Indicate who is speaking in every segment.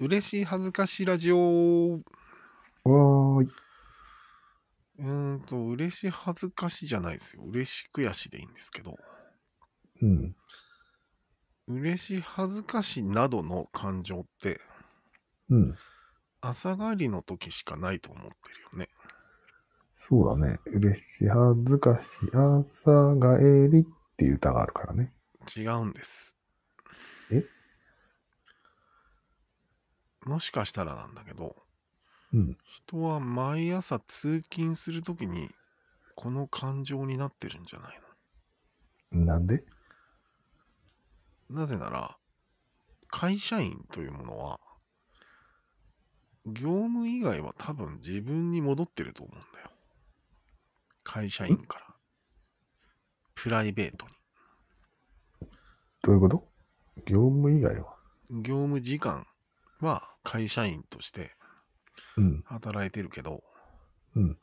Speaker 1: 嬉しい恥ずかしいラジオ。う
Speaker 2: わーい。
Speaker 1: ーんと、嬉しい恥ずかしじゃないですよ。嬉し悔しでいいんですけど、
Speaker 2: うん。
Speaker 1: 嬉しい恥ずかしなどの感情って、
Speaker 2: うん。
Speaker 1: 朝帰りの時しかないと思ってるよね。
Speaker 2: そうだね。嬉しい、恥ずかしい、朝帰りっていう歌があるからね。
Speaker 1: 違うんです。
Speaker 2: え
Speaker 1: もしかしたらなんだけど、
Speaker 2: うん。
Speaker 1: 人は毎朝通勤する時に、この感情になってるんじゃない
Speaker 2: なんで
Speaker 1: のなぜなら、会社員というものは、業務以外は多分自分に戻ってると思うんだよ。会社員から。プライベートに。
Speaker 2: どういうこと業務以外は。
Speaker 1: 業務時間は会社員として
Speaker 2: うん。
Speaker 1: 働いてるけど、
Speaker 2: うん。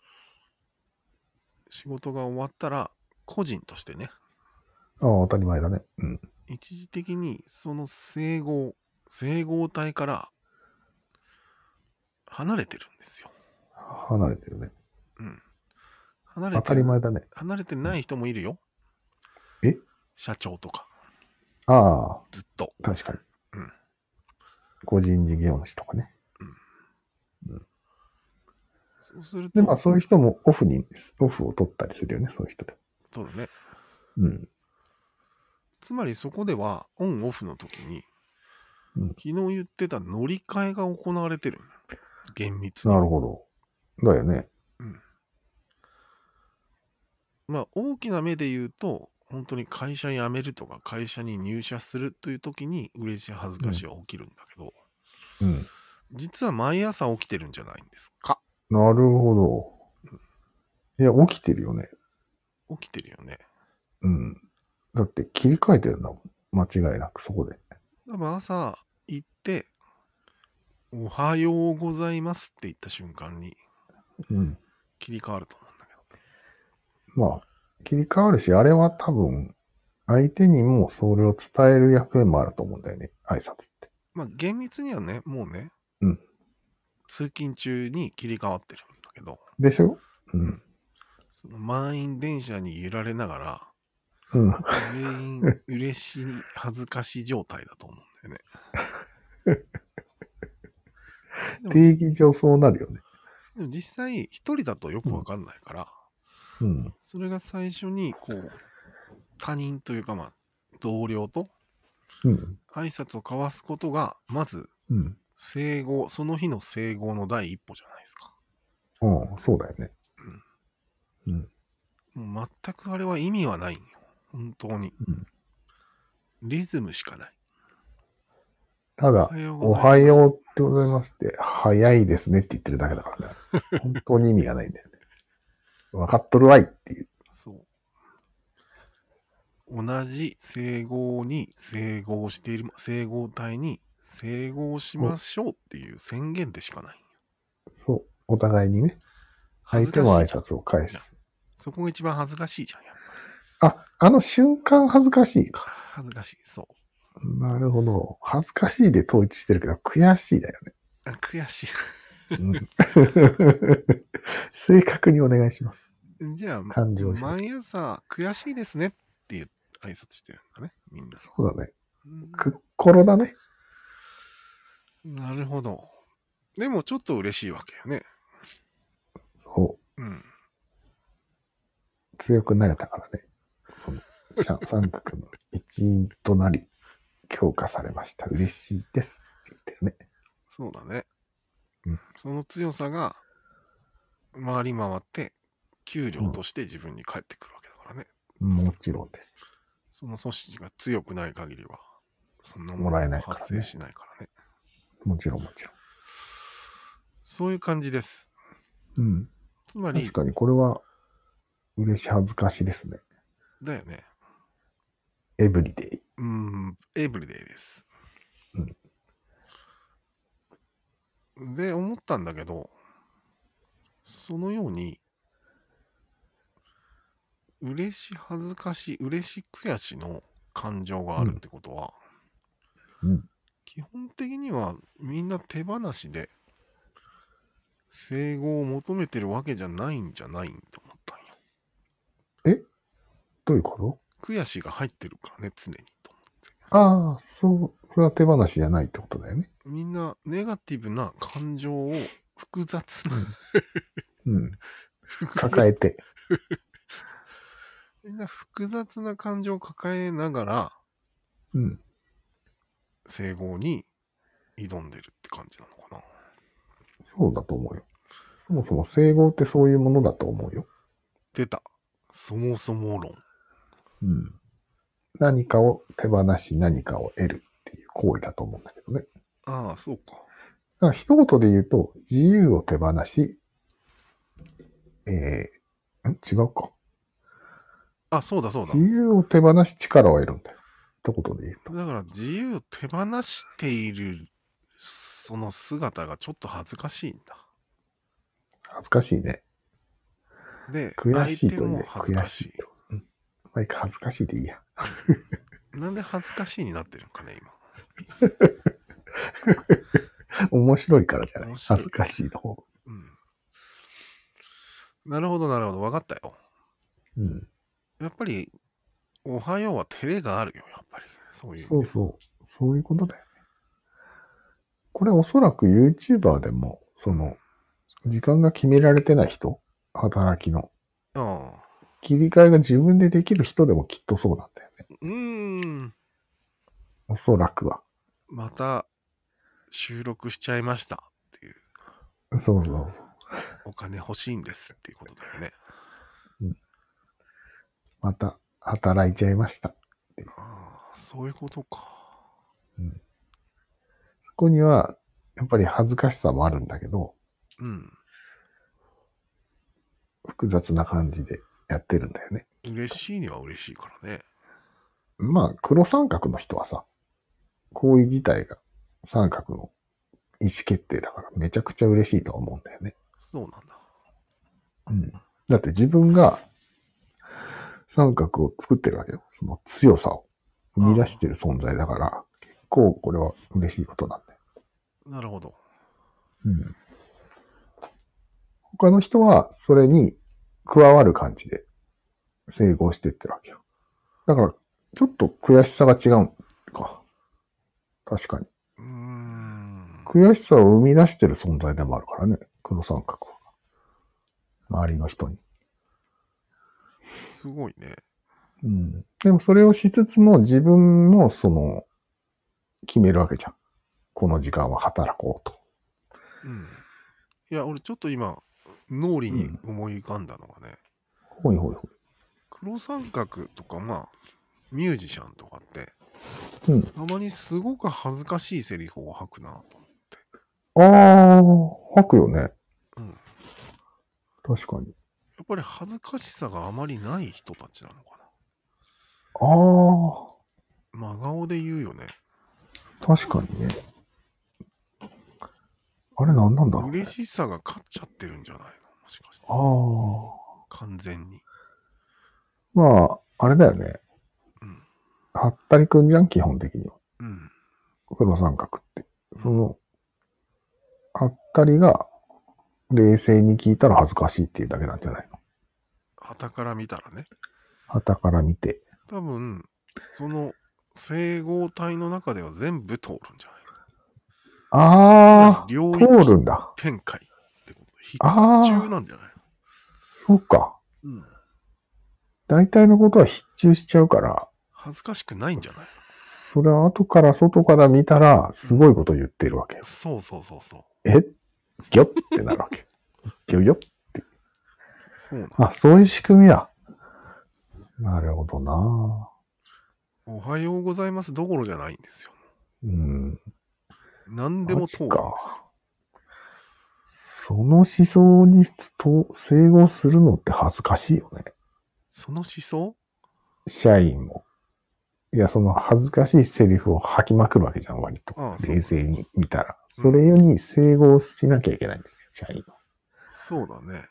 Speaker 1: 仕事が終わったら個人としてね
Speaker 2: ああ、当たり前だね。うん。
Speaker 1: 一時的にその整合整合体から離れてるんですよ、
Speaker 2: 離れてるね。
Speaker 1: うん、離れ
Speaker 2: 当
Speaker 1: て
Speaker 2: たり前だね。
Speaker 1: 離れてない人もいるよ
Speaker 2: え
Speaker 1: 社長とか
Speaker 2: あ
Speaker 1: ずっと
Speaker 2: あ、確かに。
Speaker 1: うん。
Speaker 2: 個人事業主とかね。
Speaker 1: そうすると
Speaker 2: で、まあそういう人もオフに、オフを取ったりするよね、そういう人で。
Speaker 1: そうだね
Speaker 2: うん。
Speaker 1: つまりそこではオンオフの時に、
Speaker 2: うん
Speaker 1: 昨日言ってた乗り換えが行われてる厳密に
Speaker 2: なるほど。だよね。
Speaker 1: まあ大きな目で言うと本当に会社辞めるとか会社に入社するという時に嬉しい恥ずかしいは起きるんだけど、
Speaker 2: うん。
Speaker 1: 実は毎朝起きてるんじゃないんですか
Speaker 2: なるほど。いや、起きてるよね。
Speaker 1: 起きてるよね
Speaker 2: うん。だって切り替えてるんだもん。間違いなく、そこで。
Speaker 1: 多分朝行って「おはようございます」って言った瞬間に
Speaker 2: うん。
Speaker 1: 切り替わると思うんだけど
Speaker 2: まあ、切り替わるし、あれは多分、相手にもそれを伝える役目もあると思うんだよね。挨拶って。
Speaker 1: まあ厳密にはねもうね、
Speaker 2: うん
Speaker 1: 通勤中に切り替わってるんだけど
Speaker 2: でしょうん。
Speaker 1: その満員電車に揺られながら
Speaker 2: うん。
Speaker 1: 全員嬉しい恥ずかしい状態だと思うんだよ ね。でも
Speaker 2: 定義上そうなるよね。
Speaker 1: でも実際一人だとよくわかんないから、
Speaker 2: うん。
Speaker 1: それが最初にこう他人というかまあ同僚と
Speaker 2: うん。
Speaker 1: 挨拶を交わすことがまず
Speaker 2: うん。
Speaker 1: 整合その日の整合の第一歩じゃないですか。
Speaker 2: うん、そうだよね。うん。
Speaker 1: もう全くあれは意味はないんよ。本当に。
Speaker 2: うん。
Speaker 1: リズムしかない。
Speaker 2: ただ、お
Speaker 1: お
Speaker 2: はよ
Speaker 1: う
Speaker 2: うってございますって、早いですねって言ってるだけだからね。本当に意味がないんだよね。 分かっとるわいっていう。
Speaker 1: そう。同じ整合に整合している、整合体に整合しましょうっていう宣言でしかない。
Speaker 2: そう。お互いにね、
Speaker 1: 恥
Speaker 2: 相
Speaker 1: ず
Speaker 2: 手
Speaker 1: かし
Speaker 2: も挨
Speaker 1: いじゃん。
Speaker 2: 拶を返す。
Speaker 1: そこが一番恥ずかしいじゃん。やっぱ
Speaker 2: あ、あの瞬間恥ずかしいか。
Speaker 1: 恥ずかしい。そう。
Speaker 2: なるほど。恥ずかしいで統一してるけど、悔しいだよね。
Speaker 1: あ悔し
Speaker 2: うん、 正確にお願いします。
Speaker 1: い。 じゃあ、
Speaker 2: 感情表現
Speaker 1: 毎朝悔しいですねっていう挨拶してるんだね、みんな。
Speaker 2: そうだね。
Speaker 1: うん
Speaker 2: くっころだね。
Speaker 1: なるほど。でもちょっと嬉しいわけよね。
Speaker 2: そう。
Speaker 1: うん。
Speaker 2: 強くなれたからね。その、シ ャ三角の一員となり、強化されました。嬉しいです。って言ってるね。
Speaker 1: そうだね。
Speaker 2: うん
Speaker 1: その強さが回り回って給料として自分に返ってくるわけだからね。
Speaker 2: もちろんです。
Speaker 1: その組織が強くない限りは、そんな
Speaker 2: も
Speaker 1: も
Speaker 2: らえ
Speaker 1: のは
Speaker 2: な
Speaker 1: い
Speaker 2: からね
Speaker 1: 発生しないからね。
Speaker 2: もちろんもちろ
Speaker 1: そういう感じです。
Speaker 2: ん。うん。
Speaker 1: つまり
Speaker 2: 確、かにこれは、嬉し恥ずかしですね。
Speaker 1: だよね。
Speaker 2: エブリデイ。
Speaker 1: うん、エブリデイです。で、思ったんだけど、そのように、嬉し恥ずかしい、嬉し悔しの感情があるってことは、
Speaker 2: うん。
Speaker 1: 基基本的にはみんな手放しで整合を求めてるわけじゃないんじゃないんと思ったんよ。
Speaker 2: どういうこ
Speaker 1: 悔しが入ってるからね、常にと思って。
Speaker 2: とああ、そう、それは手放しじゃないってことだよね。
Speaker 1: みんなネガティブな感情を複雑な、
Speaker 2: うん。
Speaker 1: 複雑
Speaker 2: 抱えて。
Speaker 1: みんな複雑な感情を抱えながら
Speaker 2: うん。
Speaker 1: 整合に挑んでるって感じなのかな。
Speaker 2: そうだと思うよ。そもそも整合ってそういうものだと思うよ。
Speaker 1: 出た。そもそも論。
Speaker 2: うん。何かを手放し、何かを得るっていう行為だと思うんだけどね。
Speaker 1: ああ、そうか。
Speaker 2: だから一言で言うと、自由を手放し、えー、ん違うか。
Speaker 1: あ、そうだそうだ
Speaker 2: 自。由を手放し、力を得るんだよ。ってことで言うと。
Speaker 1: だから自由を手放しているその姿がちょっと恥ずかしいんだ。
Speaker 2: 恥ずかしいね。
Speaker 1: で、
Speaker 2: 悔しい
Speaker 1: 相手
Speaker 2: と言
Speaker 1: も
Speaker 2: え。
Speaker 1: 恥ずか
Speaker 2: 悔
Speaker 1: し
Speaker 2: し
Speaker 1: い
Speaker 2: い。と。うん。まあ、いいか恥ずかしいでいいや。
Speaker 1: なんで恥ずかしいになってるのかね、今。
Speaker 2: 面白いからじゃない。
Speaker 1: 面白い
Speaker 2: 恥ずかしいの
Speaker 1: う
Speaker 2: 方。
Speaker 1: ん。なるほど、なるほど。分かったよ。
Speaker 2: うん。
Speaker 1: やっぱり、おはようは照れがあるよ、やっぱり。そういう意味で。
Speaker 2: そうそう。そういうことだよね。これおそらく YouTuber でも、その、時間が決められてない人、働きの、
Speaker 1: ああ。
Speaker 2: 切り替えが自分でできる人でもきっとそうなんだよね。
Speaker 1: うーん。
Speaker 2: おそらくは。
Speaker 1: また、収録しちゃいましたっていう。
Speaker 2: そうそうそう。
Speaker 1: お金欲しいんですっていうことだよね。
Speaker 2: また、働いちゃいました。
Speaker 1: ああ、そういうことか。
Speaker 2: そこには、やっぱり恥ずかしさもあるんだけど、
Speaker 1: うん。
Speaker 2: 複雑な感じでやってるんだよね。
Speaker 1: 嬉しいには嬉しいからね。
Speaker 2: まあ、黒三角の人はさ、行為自体が三角の意思決定だからめちゃくちゃ嬉しいとは思うんだよね。
Speaker 1: そうなんだ。
Speaker 2: うん。だって自分が三角を作ってるわけよ。その強さを生み出してる存在だから、結構これは嬉しいことなんだよ。
Speaker 1: なるほど。
Speaker 2: うん。他の人はそれに加わる感じで整合していってるわけよ。だから、ちょっと悔しさが違うか。確かに。
Speaker 1: うーん。
Speaker 2: 悔しさを生み出してる存在でもあるからね、黒三角は。周りの人に。
Speaker 1: すごいね。
Speaker 2: うん。でもそれをしつつも自分もその、決めるわけじゃん。この時間は働こうと。
Speaker 1: うん。いや、俺ちょっと今、脳裏に思い浮かんだのがね、
Speaker 2: ほいほいほ
Speaker 1: 黒三角とか、まあ、ミュージシャンとかって、
Speaker 2: い。うん。
Speaker 1: たまにすごく恥ずかしいセリフを吐くなと。
Speaker 2: あー、吐くよね。
Speaker 1: うん。
Speaker 2: 確かに。
Speaker 1: やっぱり恥ずかしさがあまりない人たちなのか
Speaker 2: あー。
Speaker 1: な。真顔で言うよね。
Speaker 2: 確かにね。あれ何なんだろう、ね、
Speaker 1: 嬉しさが勝っちゃってるんじゃないのもしかして。
Speaker 2: ああ。
Speaker 1: 完全に。
Speaker 2: まあ、あれだよね。
Speaker 1: うん。
Speaker 2: はったりくんじゃん、基本的には。
Speaker 1: うん。
Speaker 2: 黒三角って。その、はったりが冷静に聞いたら恥ずかしいっていうだけなんじゃないの
Speaker 1: 旗から見たらね。
Speaker 2: 旗から見て。
Speaker 1: 多分、その整合体の中では全部通るんじゃない
Speaker 2: ああ、
Speaker 1: つまり領
Speaker 2: 通
Speaker 1: 域
Speaker 2: るんだ。
Speaker 1: 天界ってこと。必
Speaker 2: あ
Speaker 1: 中
Speaker 2: あ、
Speaker 1: なんじゃない
Speaker 2: そうか。
Speaker 1: うん。
Speaker 2: 大体のことは必中しちゃうから、
Speaker 1: 恥ずかしくないんじゃない
Speaker 2: それは後から外から見たら、すごいこと言ってるわけよ。
Speaker 1: そうそうそうそう。
Speaker 2: えギョってなるわけ。ギョギョ
Speaker 1: そうなん
Speaker 2: あ、そういう仕組みだ。なるほどな
Speaker 1: おはようございますどころじゃないんですよ。
Speaker 2: うん。
Speaker 1: 何でも通るんです
Speaker 2: マジ
Speaker 1: よ。
Speaker 2: その思想にと整合するのって恥ずかしいよね。
Speaker 1: その思想
Speaker 2: 社員も。いや、その恥ずかしいセリフを吐きまくるわけじゃん、割と
Speaker 1: ああ。そう
Speaker 2: 冷静に見たら。それに整合しなきゃいけないんですよ、社員は。
Speaker 1: そうだね。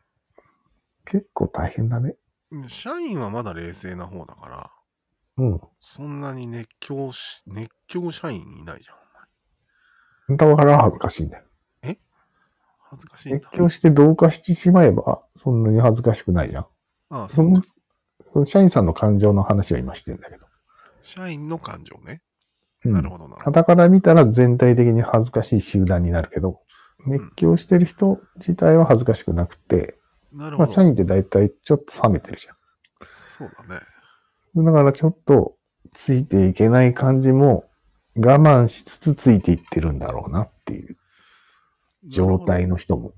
Speaker 2: 結構大変だね。
Speaker 1: うん社員はまだ冷静な方だから、
Speaker 2: うん。
Speaker 1: そんなに熱狂し、熱狂社員いないじゃん。
Speaker 2: 本当はから恥ずかしいんだよ。
Speaker 1: 恥ずかしいん
Speaker 2: 勉
Speaker 1: だ。
Speaker 2: 強して同化してしまえば、そんなに恥ずかしくないやん。
Speaker 1: ああ、そ
Speaker 2: そうの
Speaker 1: か。
Speaker 2: その社員さんの感情の話は今してんだけど。
Speaker 1: 社員の感情ね。
Speaker 2: うん
Speaker 1: なるほど、なるほど。
Speaker 2: 傍から見たら全体的に恥ずかしい集団になるけど、熱狂してる人自体は恥ずかしくなくて、
Speaker 1: なる
Speaker 2: ま
Speaker 1: ほ
Speaker 2: あ社
Speaker 1: ど。
Speaker 2: 員って大体ちょっと冷めてるじゃ
Speaker 1: そうだね。
Speaker 2: ん。だからちょっとついていけない感じも我慢しつつついていってるんだろうなっていう状態の人も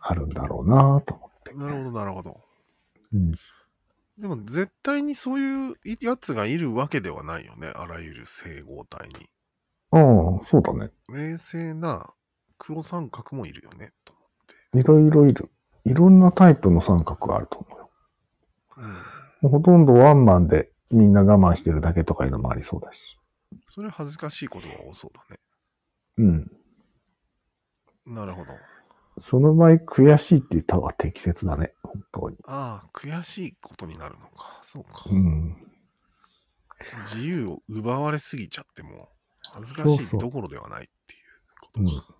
Speaker 2: あるんだろうなと思って。
Speaker 1: なるほど、なるほど。
Speaker 2: うん。
Speaker 1: でも絶対にそういうやつがいるわけではないよね。あらゆる整合体に。
Speaker 2: うん、そうだね。
Speaker 1: 冷静な黒三角もいるよね。と
Speaker 2: いろいろいる。いろんなタイプの三角があると思うよ。
Speaker 1: 思って。
Speaker 2: もうほとんどワンマンでみんな我慢してるだけとかいうのもありそうだし。
Speaker 1: それ恥ずかしいことが多そうだね。
Speaker 2: うん。
Speaker 1: なるほど。
Speaker 2: その場合、悔しいって言った方が適切だね。本当に。
Speaker 1: ああ、悔しいことになるのか。そうか。
Speaker 2: うん。
Speaker 1: 自由を奪われすぎちゃっても、恥ずかし
Speaker 2: そ
Speaker 1: いう
Speaker 2: そう
Speaker 1: どころではないっていうこと
Speaker 2: う
Speaker 1: か。
Speaker 2: ん、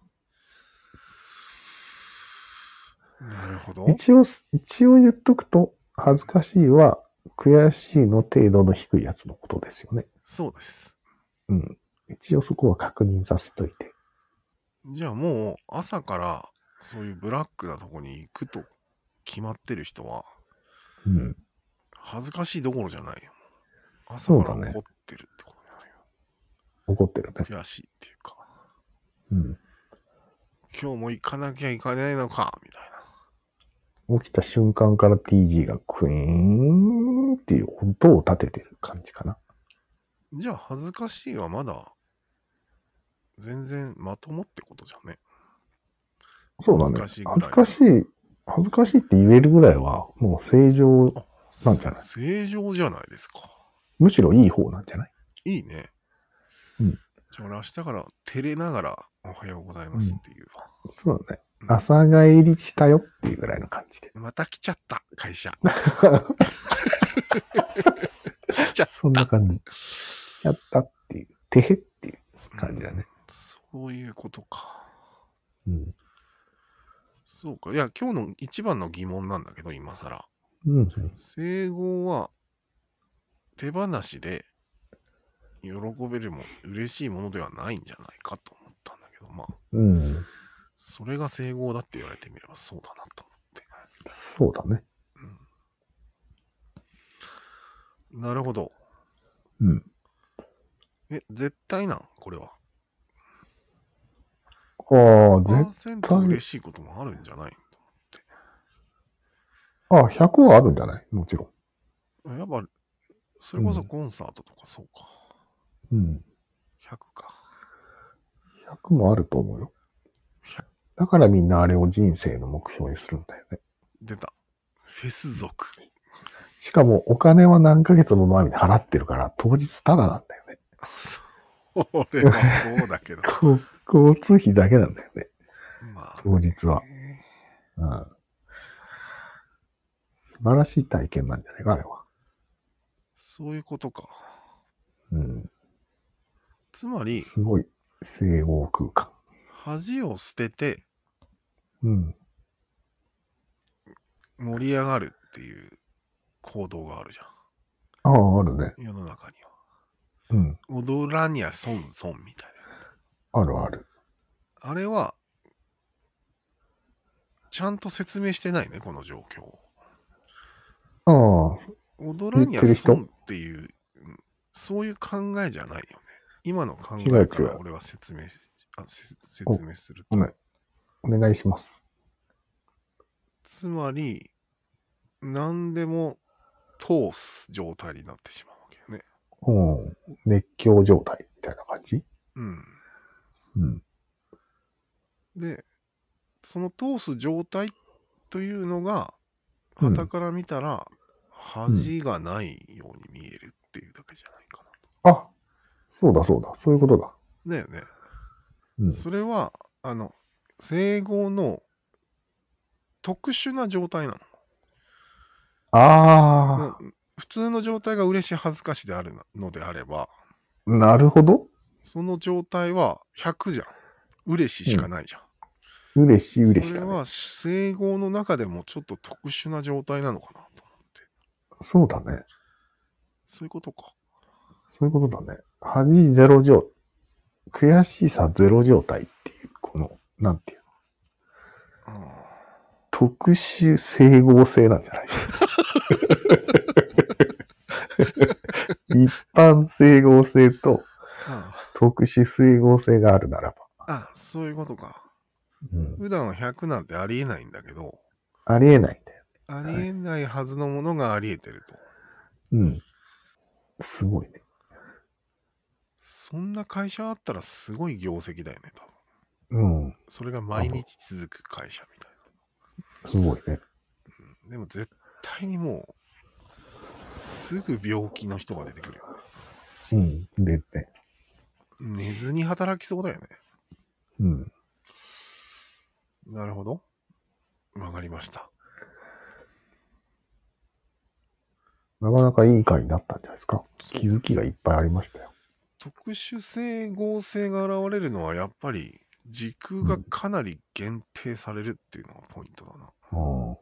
Speaker 1: なるほど。
Speaker 2: 一応す、一応言っとくと、恥ずかしいは、悔しいの程度の低いやつのことですよね。
Speaker 1: そうです。
Speaker 2: うん。一応そこは確認させといて。
Speaker 1: じゃあもう朝からそういうブラックなとこに行くと決まってる人は、
Speaker 2: うん。
Speaker 1: 恥ずかしいどころじゃないよ。朝から
Speaker 2: そうだね
Speaker 1: 怒ってるってことだよ。
Speaker 2: 怒ってるね。
Speaker 1: 悔しいっていうか、
Speaker 2: うん。
Speaker 1: 今日も行かなきゃいかないのか、みたいな。
Speaker 2: 起きた瞬間から TG がクイーンっていう音を立ててる感じかな。
Speaker 1: じゃあ、恥ずかしいはまだ、全然まともってことじゃね。
Speaker 2: そうだね。
Speaker 1: 恥
Speaker 2: 恥
Speaker 1: ず
Speaker 2: ず
Speaker 1: か
Speaker 2: かしい。恥ずかしいって言えるぐらいは、もう正常、なんじゃない
Speaker 1: せ正常じゃないですか。
Speaker 2: むしろいい方なんじゃない
Speaker 1: いいね。
Speaker 2: うん
Speaker 1: じゃあ、俺明日から照れながら、おはようございますっていうわ。
Speaker 2: そうだね。朝帰りしたよっていうぐらいの感じで。
Speaker 1: また来ちゃった、会社。ちゃった
Speaker 2: そんな感じ。来ちゃったっていう。てへっていう感じだね。
Speaker 1: そういうことか。
Speaker 2: うん。
Speaker 1: そうか。いや、今日の一番の疑問なんだけど、今更。
Speaker 2: うん。
Speaker 1: 整合は手放しで喜べるも嬉しいものではないんじゃないかと思ったんだけどまあ
Speaker 2: うん。
Speaker 1: それが整合だって言われてみればそうだなと思って、
Speaker 2: そうだね。
Speaker 1: うん、なるほど
Speaker 2: うん。
Speaker 1: え絶対なんこれは
Speaker 2: ああ、ぜ、
Speaker 1: 100%嬉しいこともあるんじゃない
Speaker 2: ああ、100はあるんじゃないもちろ
Speaker 1: やっぱそれこそコンサートとかそうか
Speaker 2: ん。うん。
Speaker 1: 100か
Speaker 2: 100もあると思うよ
Speaker 1: 100。
Speaker 2: だからみんなあれを人生の目標にするんだよね。
Speaker 1: 出たフェス 族
Speaker 2: しかもお金は何ヶ月も前に払ってるから当日タダなんだよね。
Speaker 1: それはそうだけど
Speaker 2: こ交通費だけなんだよね。
Speaker 1: まあ
Speaker 2: 当日は。
Speaker 1: ね
Speaker 2: うん。素晴らしい体験なんじゃないか、あれは。
Speaker 1: そういうことか。
Speaker 2: うん。
Speaker 1: つまり、
Speaker 2: すごい、整合空間。
Speaker 1: 恥を捨てて
Speaker 2: うん。
Speaker 1: 盛り上がるっていう行動があるじゃ
Speaker 2: ああ、あるね。
Speaker 1: ん。世の中には。
Speaker 2: うん。
Speaker 1: 踊らにゃ損損みたい
Speaker 2: あるある。
Speaker 1: な。あれは、ちゃんと説明してないね、この状況を。
Speaker 2: ああ、
Speaker 1: 踊らにゃ
Speaker 2: 言ってる人
Speaker 1: 損っていう、うんそういう考えじゃないよね。今の考えか
Speaker 2: 違う違
Speaker 1: ら
Speaker 2: う
Speaker 1: 俺は説明し、あせ説明すると
Speaker 2: ご。めん。お願いします。
Speaker 1: つまり、何でも通す状態になってしまうわけよね。
Speaker 2: うん。熱狂状態みたいな感じ
Speaker 1: うん。
Speaker 2: うん。
Speaker 1: で、その通す状態というのが、
Speaker 2: うん
Speaker 1: 傍から見たら、恥がないように見えるっていうだけじゃないかなと。
Speaker 2: あ、そうだそうだ。そういうことだ。
Speaker 1: だよね。
Speaker 2: うん。
Speaker 1: それは、あの、整合の特殊な状態なの。
Speaker 2: ああ、
Speaker 1: な普通の状態が嬉しい恥ずかしであるのであれば、
Speaker 2: なるほど。
Speaker 1: その状態は100じゃん。嬉ししかないじゃん。
Speaker 2: 嬉しい嬉しい
Speaker 1: そ
Speaker 2: だ
Speaker 1: れ
Speaker 2: ね。
Speaker 1: は整合の中でもちょっと特殊な状態なのかなと思って。
Speaker 2: そうだね。
Speaker 1: そういうことか。
Speaker 2: そういうことだね。恥ゼロ状、悔しさゼロ状態っていう、この、なんていうの、
Speaker 1: あ
Speaker 2: 特殊整合性なんじゃ ない一般整合性と
Speaker 1: ーあ
Speaker 2: 特殊整合性があるならば。
Speaker 1: ーあ、そういうことか。
Speaker 2: うん、
Speaker 1: 普段は100なんてありえないんだけど、
Speaker 2: ありえないんだよ。
Speaker 1: ありえないはずのものがありえてると。
Speaker 2: うん。すごいね。
Speaker 1: そんな会社あったらすごい業績だよね、多分。
Speaker 2: うん。
Speaker 1: それが毎日続く会社みたい
Speaker 2: すごいね。
Speaker 1: な。でも絶対にもう、すぐ病気の人が出てくるよ。
Speaker 2: うん。でね。
Speaker 1: 寝ずに働きそうだよね。
Speaker 2: うん。
Speaker 1: なるほど。わかりました。
Speaker 2: なかなかいい回になったんじゃないですか。
Speaker 1: そう
Speaker 2: 気づきがいっぱいありましたよ。
Speaker 1: 特殊性合成が現れるのはやっぱり時空がかなり限定されるっていうのがポイントだな。
Speaker 2: うん。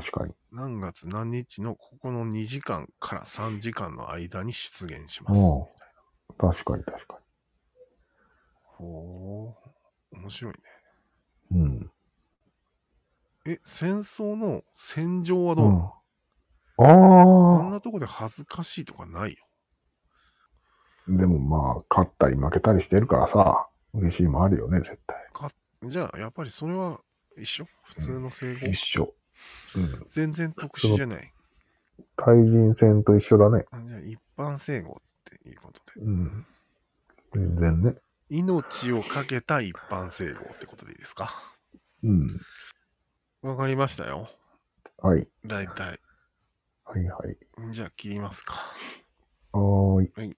Speaker 2: 確かに。
Speaker 1: 何月何日のここの2時間から3時間の間に出現します。
Speaker 2: うん。確かに確か
Speaker 1: ほう。面白いね。
Speaker 2: に。うん。
Speaker 1: え、戦争の戦場はどうなの、
Speaker 2: うん
Speaker 1: あん
Speaker 2: ああ。
Speaker 1: なとこで恥ずかしいとかないよ。
Speaker 2: でもまあ、勝ったり負けたりしてるからさ、嬉しいもあるよね、絶対。
Speaker 1: じゃあ、やっぱりそれは一緒普通の整合、
Speaker 2: 一緒。うん。
Speaker 1: 全然特殊じゃない。
Speaker 2: 対人戦と一緒だね。
Speaker 1: あじゃあ、一般整合っていうことで。
Speaker 2: うん。全然ね。
Speaker 1: 命をかけた一般整合ってことでいいですか
Speaker 2: うん。
Speaker 1: わかりましたよ。
Speaker 2: はい。
Speaker 1: 大体。
Speaker 2: はいはい。
Speaker 1: じゃあ、切りますか。
Speaker 2: はーい。
Speaker 1: はい